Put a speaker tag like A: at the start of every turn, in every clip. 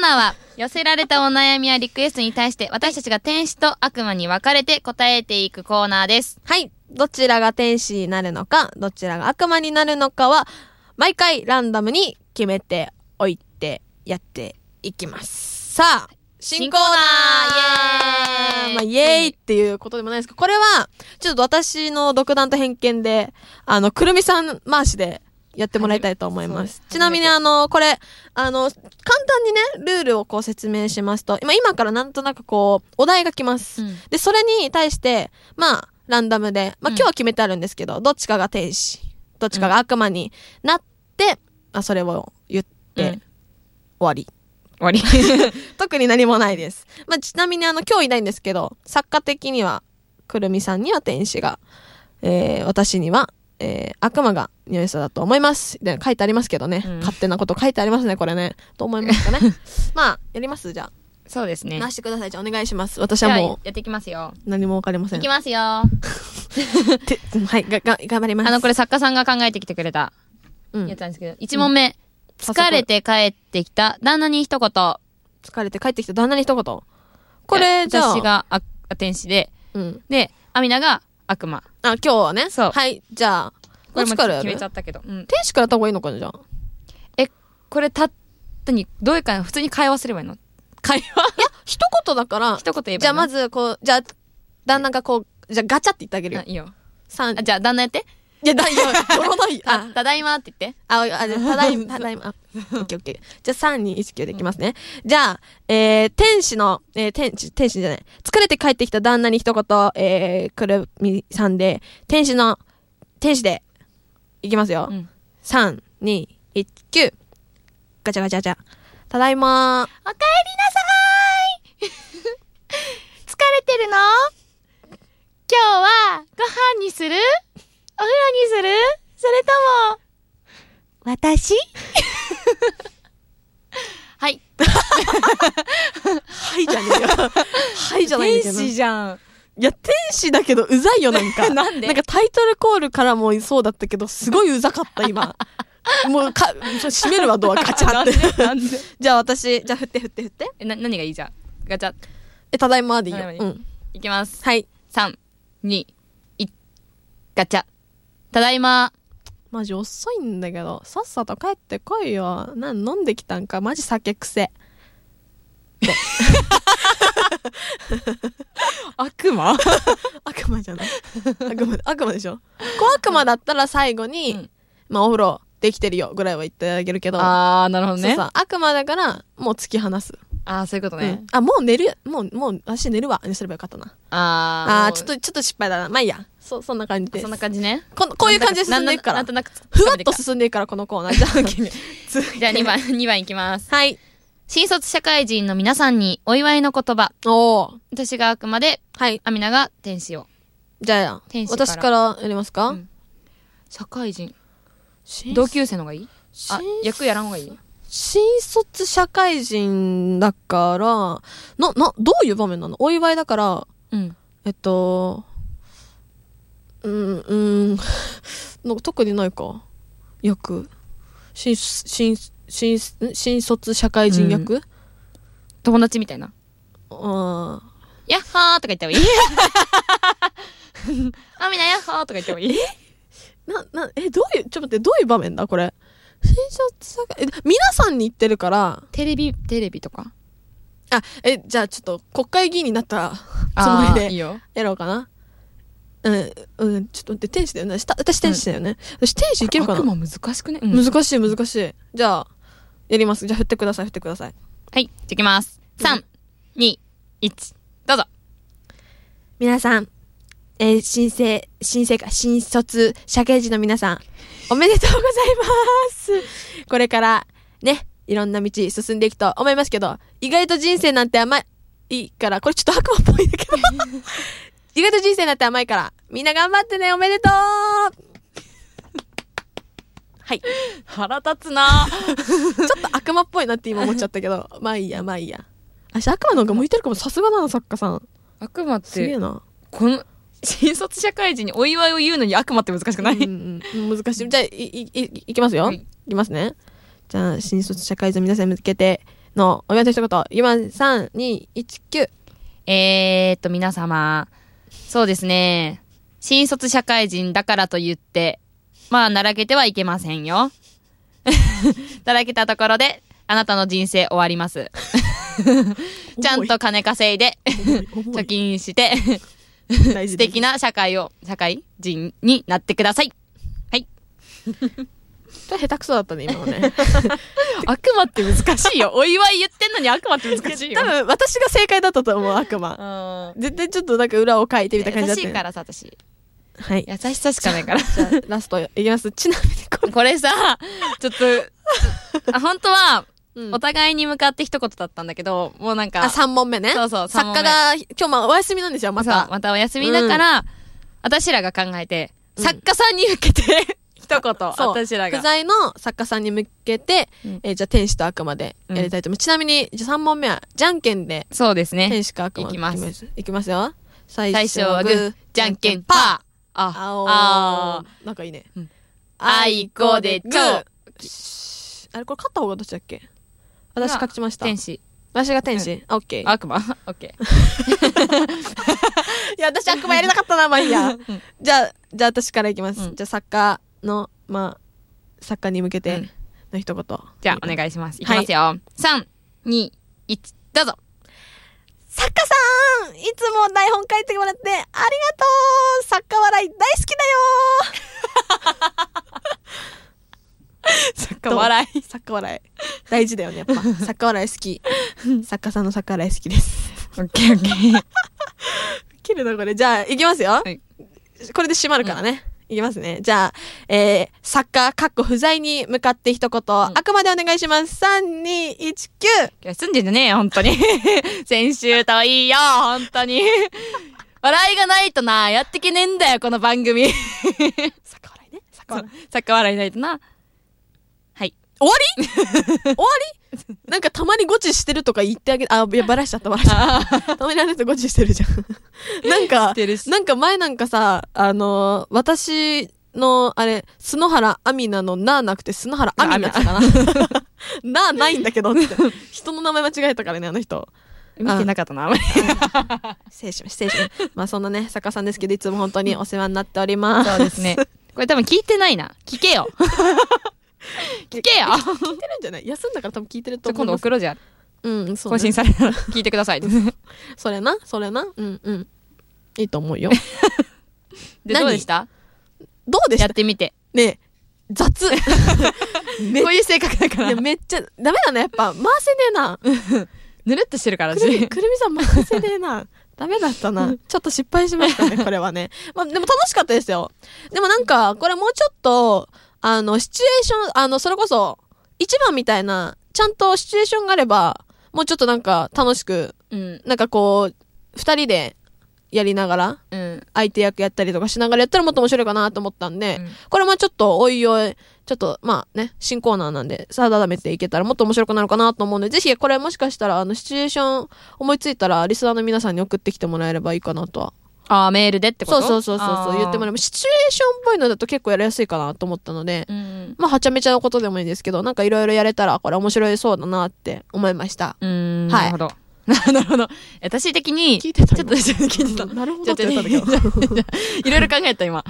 A: ナーは、寄せられたお悩みやリクエストに対して、私たちが天使と悪魔に分かれて答えていくコーナーです。
B: はい。どちらが天使になるのか、どちらが悪魔になるのかは、毎回ランダムに決めておいてやっていきます。さあ、新コーナー
A: 新コーナーイエーイ
B: まあ、イエーイっていうことでもないですけど、これは、ちょっと私の独断と偏見で、あの、くるみさん回しでやってもらいたいと思いま
A: そう
B: す
A: で。す
B: ちなみに、あの、これ、あの、簡単にね、ルールをこう説明しますと、今、今からなんとなくこう、お題が来ます。
A: うん
B: で、それに対して、まあ、ランダムで、ま
A: う
B: あ
A: ん
B: 今日は決めてあるんですけど、どっちかが天使、どっちかが悪魔になって、まあそれを言って、
A: うん
B: 終わり。
A: 終 わり。
B: 特に何もないです。まあちなみにあの、今日いないんですけど、作家的には、くるみさんには天使が、えー、私には、えー、悪魔が匂いそうだと思います。で書いてありますけどね、
A: うん
B: 勝手なこと書いてありますね、これね。と思いま すかね。まあ、やりますじゃ
A: そうです
B: あ。
A: ね。
B: なしてください。じゃあお願いします。私
A: じゃ
B: は
A: あ、
B: も
A: やっていきますよ。
B: う、何もわかりませ
A: い
B: ん
A: き。ますよ。あ
B: てはい、が、が、頑張ります。
A: の、これ、作家さんが考えてきてくれた、
B: うん
A: やつなんですけど、1問目。
B: 早速
A: 疲れて帰ってきた旦那に一言。
B: 疲れて帰ってきた旦那に一言。これ、じゃあ、
A: 私があ天使で、
B: うん。
A: で、アミナが悪魔。
B: あ、今日はね。
A: そう
B: はい、じゃあ、どっちからや
A: 決
B: る
A: めちゃ
B: 天
A: ったけど。うん。
B: 使からやった方がいいのかな、じゃあ。
A: え、これたったに、どういうか、普通に会話すればいいの会話
B: 一言だから、
A: 一言言えばいいの
B: じゃあまず、こう、じゃあ、旦那がこう、じゃあガチャって言ってあげる
A: あ
B: よ。
A: いいよ。
B: 三、
A: あじゃあ、旦那やって。
B: いや、だいや、やらない。
A: あ
B: あ、、
A: ただいまって言って。
B: あ、あ、じゃあた だいま、ただいま。あ、オッケーオッケー。じゃあ三二一九でいきますね。じゃあ、えー、天使の、えー、天使、天使じゃない。疲れて帰ってきた旦那に一言、えー、くるみさんで、天使の、天使で、いきますよ。
A: うん。
B: 三二一九ガチャガチャガチャ。ただいまー。
A: おかえりなさーい疲れてるの今日はご飯にするお風呂にするそれとも私はい。
B: はいじゃねえよ。 はいじゃないんだけど。い
A: じゃん。
B: や、天使だけど、うざいよ、なんか。
A: なんで
B: なんかタイトルコールからもそうだったけど、すごいうざかった、 今。もう、か、閉めるわ、ドア、ガチャって。
A: なんで
B: じゃあ私、じゃあ振って振って振って。
A: えな何がいいじゃんガチャ。
B: え、ただいまーでいいよ。
A: ただいうま
B: ん。
A: いきます。
B: はい。
A: 3、2、1、ガチャ。ただいま。
B: マジ遅いんだけど、さっさと帰ってこいよ。なん、飲んできたんか、マジ酒癖。
A: 悪魔
B: 悪魔じゃない 悪魔悪魔でしょ小悪魔だったら最後に、
A: うん
B: まあお風呂できてるよぐらいは言ってあげるけど、
A: あー、なるほど
B: そう
A: ね。
B: そう悪魔だからもう突き放す、
A: あー、そういうこと
B: う
A: ね
B: ん。あもう寝るもうもう私寝るわにすればよかったなあ
A: あー。
B: ーちょっとちょっと失敗だなまあいいやそうそんな感じです
A: そんな感じね。
B: こんこういう感じで進んでいくから
A: なんとなく、
B: ふわっと進んでいくからこのコーナーじゃあ次
A: じゃあ2番、2番いき ます。
B: はい
A: 新卒社会人の皆さんにお祝いの言葉。
B: おお
A: 私が悪魔で、
B: はい
A: アミナが天使を。
B: じゃあ
A: 天使から
B: 私からやりますか、
A: うん社会人。
B: 新
A: 同級生の方がいいあ
B: 新、
A: 役やらん方がいい
B: 新卒社会人だから、な、な、どういう場面なのお祝いだから、
A: うん。
B: えっと、うん、うん、 の特にないか。役。新、新、新、ん新卒社会人役、
A: 友達みたいな。
B: あ
A: やっほーとか言 った方がいいアミナやっほーとか言った方がいい
B: ーな、な、え、どういう、ちょっと待って、どういう場面だこれ。新卒社会、え、皆さんに言ってるから、
A: テレビ、テレビとか。
B: あ、え、じゃあちょっと国会議員になったつもりで
A: いい。よ。
B: やろうかな。うん、うん、ちょっと待って、天使だよね。した私天使だよね。私天使いけるかな
A: 悪魔難しくね、うん、
B: 難しい、難しい。じゃあ、やります。じゃあ振ってください、振ってください。
A: はい、じゃあいきます。3、2、1、どうぞ。
B: 皆さん、えー新生、新生か、新卒、社会人の皆さん、おめでとうございます。これから、ね、いろんな道進んでいくと思いますけど、意外と人生なんて甘いから、これちょっと悪魔っぽいんだ けど、意外と人生なんて甘いから、みんな頑張ってね、おめでとうはい。ち
A: 腹立つな
B: ょっと悪魔っぽいなって今思っちゃったけど、 まあいいや、まあいいや。私悪魔の方が向いてるかも、さすがだな、作家さん。
A: 悪魔っ
B: すげえ
A: て、
B: な。
A: この、 新卒社会人にお祝いを言うのに悪魔って難しくない、
B: うんうん、難しい。じゃあ、い、い、い、いきますよ。
A: はい
B: い、きますね。じゃあ、新卒社会人の皆さんに向けて、のお祝いと一言、4、3、2、1、9。
A: えーっと、皆様、そうですね、新卒社会人だからと言って、まあ、ならけてはいけませんよ。 だらけたところで、あなたの人生終わり ます。ちゃんと金稼いで、貯 金 して、
B: 大
A: 素
B: 事
A: 敵な社会を、社会人になってくださ い。
B: 下手くそだったね、今のね。
A: 悪魔って難しいよ。お祝い言ってんのに悪魔って難しいよ。
B: 多分、私が正解だったと思う、悪魔。
A: うん。
B: 絶対ちょっとなんか裏を書いてみた感じ
A: 優
B: だった
A: し
B: よ
A: い
B: ね、
A: からさ、私。
B: はい。
A: 優しさしかないから。
B: じゃあ、ラストいきます。ちなみにこ
A: これさ、ちょっ と、あ本当は、
B: れ、
A: お互いに向かって一言だったんだけど、もうなんか、
B: あ、3問目ね。
A: そうそう三問目
B: 作家が、今日まあお休みなんですよ、ま
A: そう
B: た。
A: またお休みだから、私らが考えて、
B: うん
A: 作家さんに向けて、一言、
B: そう
A: 私ら
B: 不
A: が。
B: 在の作家さんに向けて、
A: うん
B: えーじゃあ天使と悪魔でやりたいと思います。ちなみに、じゃあ3問目は、じゃんけんで、
A: そうですね。
B: 天使か悪魔
A: いきます
B: す。いきますよ。最
A: 最初はグー、じゃんけん、パー。あ、
B: あお
A: あー。
B: なんかいいね
A: うん。
B: あ
A: あ
B: い
A: い
B: こ
A: こで
B: でグ
A: グ
B: ー
A: ー。
B: あれこれ勝った方がどっちだっけ私勝ちました。
A: 天使。
B: 私が天使。あ、オッケー。
A: 悪魔 オッケー。
B: いや、私悪魔やれなかったな、まあいいや。
A: ん
B: じゃあ、じゃあ私からいきます。
A: うん
B: じゃあ作家の、まあ、作家に向け
A: う
B: て
A: ん
B: の一言。
A: じゃあ、お願いします。いきますよ。三二一どうぞ。
B: 作家さんいつも台本書いてもらってありがとう作家笑い大好き だ
A: 作
B: よ
A: 笑
B: い。作家笑い。大事だよね、やっぱ。 作家笑い好き。作家さんの作家笑い好きです。
A: い。オッケーオッケー。
B: 切るのこれ。じゃあ、いきますよ。
A: はい
B: これで閉まるからね。いきますね。じゃあ、えー、作家、かっこ不在に向かって一言、あくまでお願いします。3、2、1、9。
A: 休んでんじゃねえよ、本当に。 先週といいよ、本当に。 笑いがないとな、やってけねえんだよ、この番組。
B: 作家笑いね。作家
A: そう
B: 笑い。
A: 作家笑いないとな。はい。
B: 終わり終わりなんかたまにゴチしてるとか言ってあげて、あ、いや、ばらしちゃった、ばらしちゃった。
A: あ
B: たまにあの人ゴチしてるじ ゃん。なんか
A: てる、し
B: なんか前なんかさ、あのー私の、あれ、篠原アミナのなーなくて、篠原アミナだったかな。なーないんだけどって。人の名前間違えたからね、あの人。
A: 見てなかったな、あんまり。
B: 失礼しました、失礼しました。まあそんなね、作家さんですけど、いつも本当にお世話になっております。
A: そうですね。 これ多分聞いてないな。聞けよ。 聞け よ。
B: 聞いてるんじゃない休んだから多分聞いてると思
A: 今
B: う
A: 度送ろうじゃん。
B: うん、そう、
A: 更新
B: ね。
A: されたら聞いてくだ さい。で、
B: それな、それな。うん、うん。いいと思 うよ。何
A: どうでした
B: どうでし
A: や
B: た
A: ってみて。
B: ねえ 雑めっ
A: こういう性格だか
B: い
A: ら。
B: や
A: ぬ
B: めっちゃ、ダメだな、やっぱ。回せねえな。
A: るっとしてるから、
B: くるみ、
A: 私。
B: くるみさん回せねえな。ダメだったな。ちょっと失敗しましたね、これはね。まあ、でも楽しかったですよ。でもなんか、これもうちょっと、あの、シチュエーション、あの、それこそ、一番みたいな、ちゃんとシチュエーションがあれば、もうちょっとなんか楽しく、
A: うん。
B: なんかこう、二人でやりながら、
A: うん。
B: 相手役やったりとかしながらやったらもっと面白いかなと思ったんで、
A: うん
B: これもちょっとおいおい、ちょっとまあね、新コーナーなんで、さあだめていけたらもっと面白くなるかなと思うので、ぜひこれもしかしたら、あの、シチュエーション思いついたら、リスナーの皆さんに送ってきてもらえればいいかなとは。
A: ああ、メールでってこ
B: そう
A: と
B: そうそうそうそう、言ってもらえ
A: う。
B: ば、シチュエーションっぽいのだと結構やりやすいかなと思ったので、
A: うん。
B: まあ、はちゃめちゃなことでもいいんですけど、なんかいろいろやれたら、これ面白いそうだなって思いました。
A: うーん、
B: はい
A: なるほど。 なるほど。私的に、
B: 聞いてた
A: ちょっと、ちょっと聞いてた。
B: うんなるほ
A: ち
B: ど
A: ょっ
B: っ
A: てと
B: 言
A: ね、
B: ったんだけど。
A: いろいろ考えた今。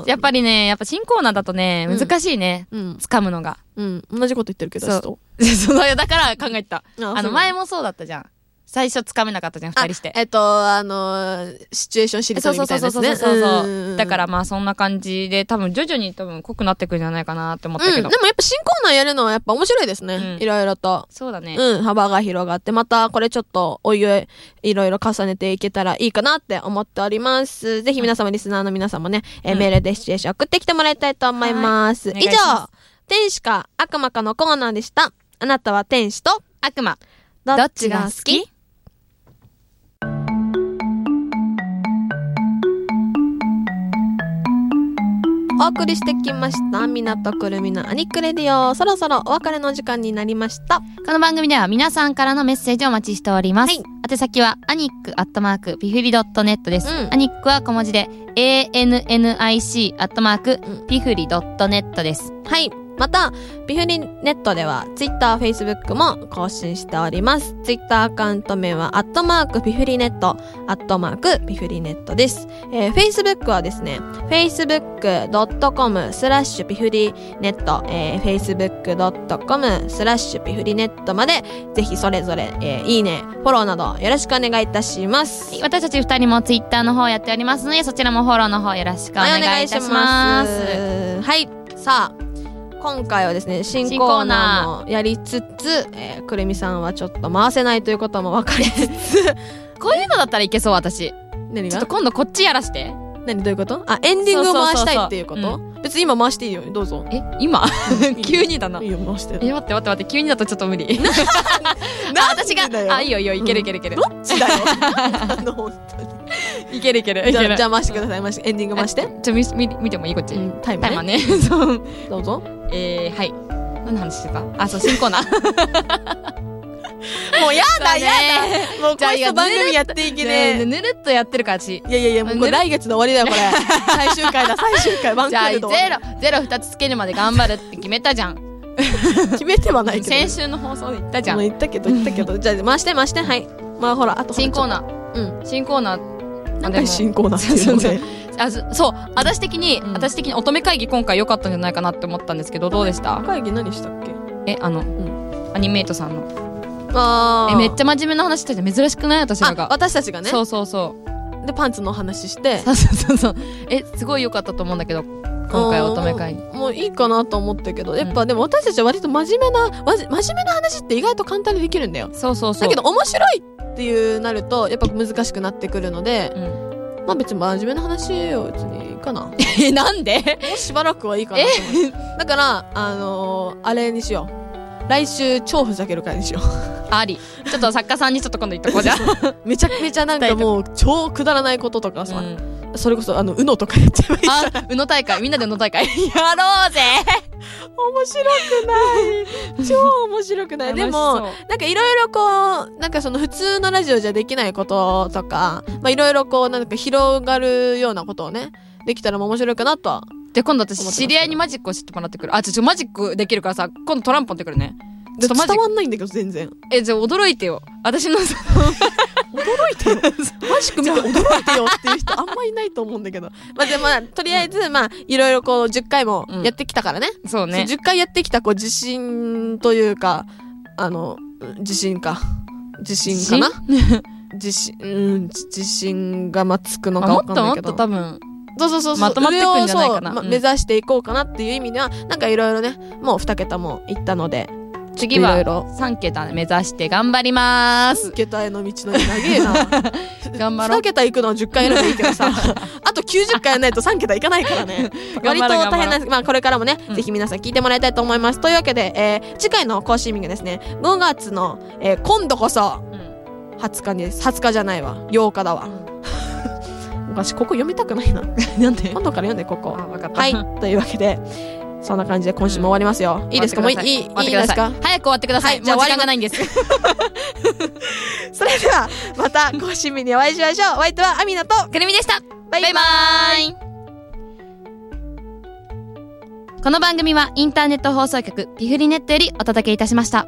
B: うん。
A: やっぱりね、やっぱ新コーナーだとね、
B: うん
A: 難しいね。
B: うん。
A: 掴むのが。
B: うん。同じこと言ってるけど、
A: そう
B: ちょっ
A: その、だから考えた。
B: と。
A: あの、前もそうだったじゃん。最初掴めなかったじゃん、二人して
B: あ。えっと、あのー、シチュエーションしり
A: そう
B: とり
A: そう
B: みた
A: そう
B: いな
A: そうそう
B: やつね。
A: そうそう、
B: ん
A: だからまあそんな感じで、多分徐々に多分濃くなってくんじゃないかなって思った
B: うん、
A: け
B: で
A: ど。
B: もやっぱ新コーナーやるのはやっぱ面白いですね。
A: うん
B: いろいろと。
A: そうだね。
B: うん、幅が広がって、またこれちょっとおいおい、いろいろ重ねていけたらいいかなって思っております。ぜひ皆様、リスナーの皆さんもね、えー
A: うん
B: メールでシチュエーション送ってきてもらいたいと思います。
A: はい
B: 以
A: お願いしま
B: 上、天使か悪魔かのコーナーでした。あなたは天使と、
A: 悪魔。
B: ど
A: どっちが好き
B: お送りしてきました。みなとくるみのアニクレディオ。そろそろお別れの時間になりました。
A: この番組では皆さんからのメッセージをお待ちしております。
B: はい
A: 宛先は、アニックアットマーク、ピフリドットネットです。
B: うん
A: アニックは小文字で、ANNIC アットマーク
B: う、ん
A: ピフリドットネットです。
B: はい。また、ビフリネットでは、ツイッター、フェイスブックも更新しております。ツイッターアカウント名は、アットマークビフリネット、アットマークビフリネットです。えー、フェイスブックはですね、facebook.com スラッシュビフリネット、えー、facebook.com スラッシュビフリネットまで、ぜひそれぞれ、えーいいね、フォローなどよろしくお願いいたします。
A: 私たち二人もツイッターの方やっておりますので、そちらもフォローの方よろしくお願いいたします。
B: はい、さあ、今回はですね、新
A: 新
B: コ
A: コ
B: ー
A: ー
B: ナ
A: ナー
B: ーもやりつつ、えーくるみさんはちょっと回せないということも分かりつ つ、
A: こういうのだったらいけそう、私。
B: 何
A: ちょっと
B: が
A: 今度こっちやらして。
B: 何どういうことあ、エンディングを回したいっていうこと
A: そうそうそ
B: 別に今回していいよ、どうぞ。
A: え、 今急にだな。
B: いいよ、回して。
A: え、待って待って待って、急にだとちょっと 無理。あ、
B: なん
A: 私
B: で
A: が
B: だ、よ
A: あ、いいよいいよ、いけるいけるいける
B: ど。っちだよ。あの、本
A: いけるいける
B: 当
A: い
B: に。じ
A: け
B: ゃあ、
A: る
B: じゃ。あ回してください、回して。エンディング回して。
A: ちょ、み見見てもいいこっち。
B: うんタイム
A: タイマーね。
B: ね。
A: そう。
B: どうぞ。
A: えー、はい。何の話してたあ、そう、新コーナ ー。
B: もうやだ、
A: だ
B: や
A: ね
B: だ。もうこ
A: じゃあ
B: うい
A: いや
B: う番組やっていけねえ。
A: ぬるっとやってるから、私。
B: いやいやいや、もうこれ来月の終わりだ よ、これ。最終回だ、最終回。ワンク
A: じゃあ、
B: ー
A: ゼ
B: ル
A: ロ
B: ド。、
A: ゼロ二つつけるまで頑張るって決めたじゃ ん。
B: 決めてはないけど。
A: 先週の放送で言ったじゃ。
B: もうん言ったけど、言ったけど。じゃあ、回して、回して。はい。まあ、ほら、あと。
A: 新コーナ
B: ー。うん。
A: ー。新コーナー。
B: な
A: あ
B: ん
A: で
B: か
A: も
B: 新 コーナーっていうの
A: そう
B: ね。
A: あそそう、私的に、
B: うん
A: 私的に乙女会議今回良かったんじゃないかなって思ったんですけど、どうでした
B: 会議何したっけ
A: え、あの、アニメイトさんの。
B: あ
A: え、めっちゃ真面目な話してたじゃん。珍しくない私ら
B: あ、
A: が。
B: 私たちがね。
A: そうそうそう。
B: で、パンツの話して。
A: そうそうそうそう。え、すごい良かったと思うんだけど、今回乙女会議。
B: もういいかなと思ったけどやっぱでも私たちは割と真面目なわじ真面目な話って意外と簡単にできるんだよ
A: そうそうそう。
B: だけど、面白いっていうなるとやっぱ難しくなってくるので
A: うん。
B: まあ別に真面目な話は別にいいかなも
A: え、なんで
B: うしばらくはいいかなと思うだからあのーあれにしよう来週超ふざける回にしよ
A: あり。ちょっと作家さんにちょっと今度言っとこうじゃん。
B: うめちゃくちゃなんかもう超くだらないこととかさ、
A: うん
B: それこそあの UNO とかやっちゃえばいい
A: あ、宇野大会、みんなで宇野大 会。やろうぜ
B: 面白くない 超面白くないでも
A: 楽し
B: なんかいろいろこう、なんかその普通のラジオじゃできないこととか、まあいろいろこうなんか広がるようなことをね、できたら面白いかなとは。
A: そうで、今度
B: 思ってま
A: 私、
B: す
A: 知り合いにマジックを知ってもらってくる。あ、ちょ、ちょ、マジックできるからさ、今度トランポンってくるね。ちょっとマジッ
B: 伝
A: ク。
B: わんないんだけど全 然。
A: え、じゃあ驚いてよ。私 のさ、
B: マジック見て驚いてよっていう人あんまいないと思うんだけど。まあでもまあ、とりあえずまあいろいろこう10回もやってきたからね。
A: そうね。
B: 10回やってきたこう自信というか、あの、自信か。自信かな 自信、うん、自信がまあつくの
A: まあ
B: か
A: も
B: わ
A: っ
B: かん
A: と
B: な
A: もっ
B: いけど。
A: と多分、
B: そうそうそうそう。
A: まとまってくんじゃないかなう
B: 上をそう
A: ん
B: ま目指していこうかなっていう意味では、なんかいろいろね、もう2桁もいったので、
A: 次
B: いろ
A: はい
B: ろ
A: 3桁目指して頑張ります。
B: 2桁への道のり長えな。
A: 頑張ろう。
B: 2桁行くのは10回やればいいけどさ、 あと90回やらないと3桁いかないからね 割
A: 頑張ろう
B: と大変なんです。まあこれからもね、
A: うん
B: ぜひ皆さん聞いてもらいたいと思います。というわけで、えー次回の更新日がですね、5月の、えー今度こそ
A: うん
B: 20日にです。20日じゃないわ。8日だわ。 私ここ読みたくな いな。
A: なんで
B: 今度から読んで、ここ。
A: わかった。
B: はい。というわけで、そんな感じで今週も終わりますよ。いいですかもういい、いいいい
A: 終わってく
B: で
A: だ
B: す
A: さ
B: か
A: い。早く終わってください。
B: はい
A: もう
B: じゃ
A: 時
B: あ
A: 間がないんです。
B: それでは、また更新日にお会いしましょう。お相手はアミナと、
A: くるみでした
B: バ
A: バ
B: イ
A: イ
B: バ
A: バ
B: イ
A: イこの番組はインターネット放送局ピフリネットよりお届けいたしました。